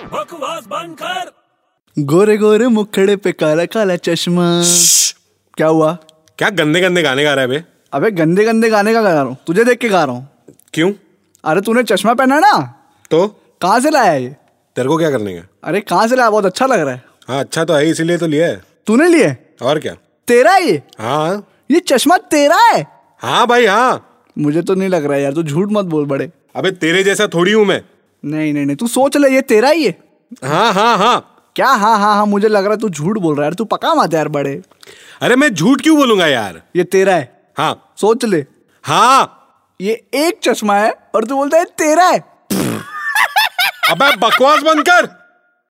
आवाज बंद कर गोरे गोरे मुखड़े पे काला काला चश्मा क्या हुआ क्या गंदे गंदे गाने गा रहा है बे अबे गंदे गंदे गाने का गा रहा हूँ तुझे देख के गा रहा हूँ क्यों अरे तूने चश्मा पहना है ना तो कहाँ से लाया ये तेरे को क्या करने का अरे कहाँ से लाया बहुत अच्छा लग रहा है हाँ अच्छा तो है इसीलिए तो लिया है तूने लिए और क्या तेरा है ये हाँ ये चश्मा तेरा है हाँ भाई हाँ मुझे तो नहीं लग रहा है यार तू झूठ मत बोल बड़े अबे तेरे जैसा थोड़ी हूँ मैं नहीं नहीं नहीं तू सोच ले ये तेरा ही है हाँ हाँ हाँ क्या हाँ हाँ हाँ मुझे लग रहा है तू झूठ बोल रहा है यार तू पका माता यार बड़े अरे मैं झूठ क्यों बोलूंगा यार ये तेरा है हाँ सोच ले हाँ ये एक चश्मा है और तू बोलता है तेरा है अबे बकवास बंद कर